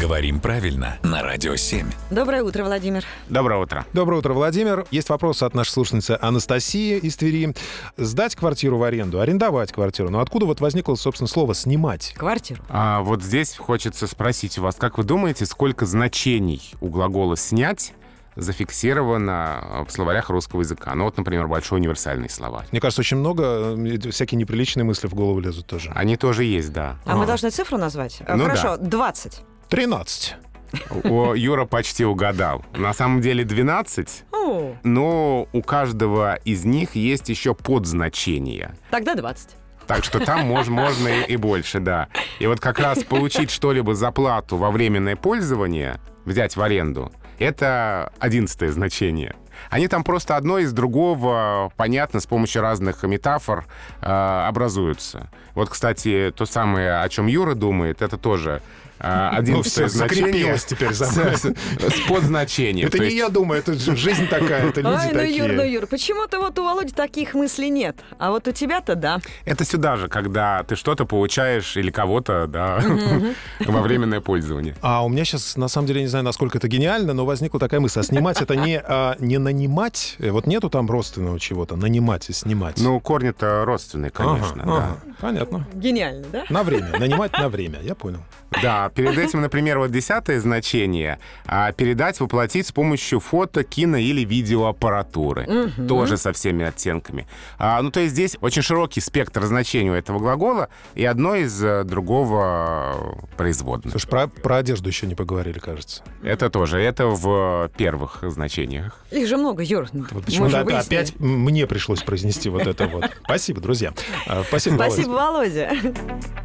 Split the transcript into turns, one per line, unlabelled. Говорим правильно на Радио 7.
Доброе утро, Владимир.
Доброе утро.
Доброе утро, Владимир. Есть вопрос от нашей слушницы Анастасии из Твери. Сдать квартиру в аренду, арендовать квартиру. Но откуда вот возникло, собственно, слово «снимать»?
Квартиру.
А вот здесь хочется спросить у вас, как вы думаете, сколько значений у глагола «снять» зафиксировано а, в словарях русского языка? Ну вот, например, большой универсальный словарь.
Мне кажется, очень много э, всякие неприличные мысли в голову лезут тоже.
Они тоже есть, да.
А, мы должны цифру назвать? А,
Ну
Хорошо, 20.
13.
О, Юра почти угадал. На самом деле 12,
О,
но у каждого из них есть еще подзначение.
тогда 20.
Так что там мож- можно и, и больше, да. И вот как раз получить что-либо за плату во временное пользование, взять в аренду, это одиннадцатое значение. Они там просто одно из другого, понятно, с помощью разных метафор э, образуются. Вот, кстати, то самое, о чем Юра думает, это тоже э, одиннадцатое
Ну, всё,
значение.
закрепилось теперь за
с,
мной.
с- с подзначением.
это
То
не
есть-
я думаю, это ж- жизнь такая, это люди
Ай, ну
такие.
Юр, ну Юр, почему-то вот у Володи таких мыслей нет, а вот у тебя-то да.
Это сюда же, когда ты что-то получаешь или кого-то, да, во временное пользование.
А у меня сейчас, на самом деле, не знаю, насколько это гениально, но возникла такая мысль. А снимать это не, а, не нанимать? Э, Вот нету там родственного чего-то. Нанимать и снимать.
Ну, корни-то родственные,
Ага,
конечно,
ага, Понятно.
Гениально, да?
На время. Нанимать на время. Я понял.
да. Да, перед этим, например, вот десятое значение а, передать, воплотить с помощью фото, кино или видеоаппаратуры. Тоже со всеми оттенками. А, ну, то есть здесь очень широкий спектр значений у этого глагола и одно из э, другого э, производных.
Слушай, про, про одежду еще не поговорили, кажется.
Это тоже, это в э, первых значениях.
Их же много, Юр.
Вот
Мы
почему-то
уже
опя-
выяснили.
опять м- мне пришлось произнести вот это вот. Спасибо, друзья. А, Спасибо, Володь.
Спасибо, Володя.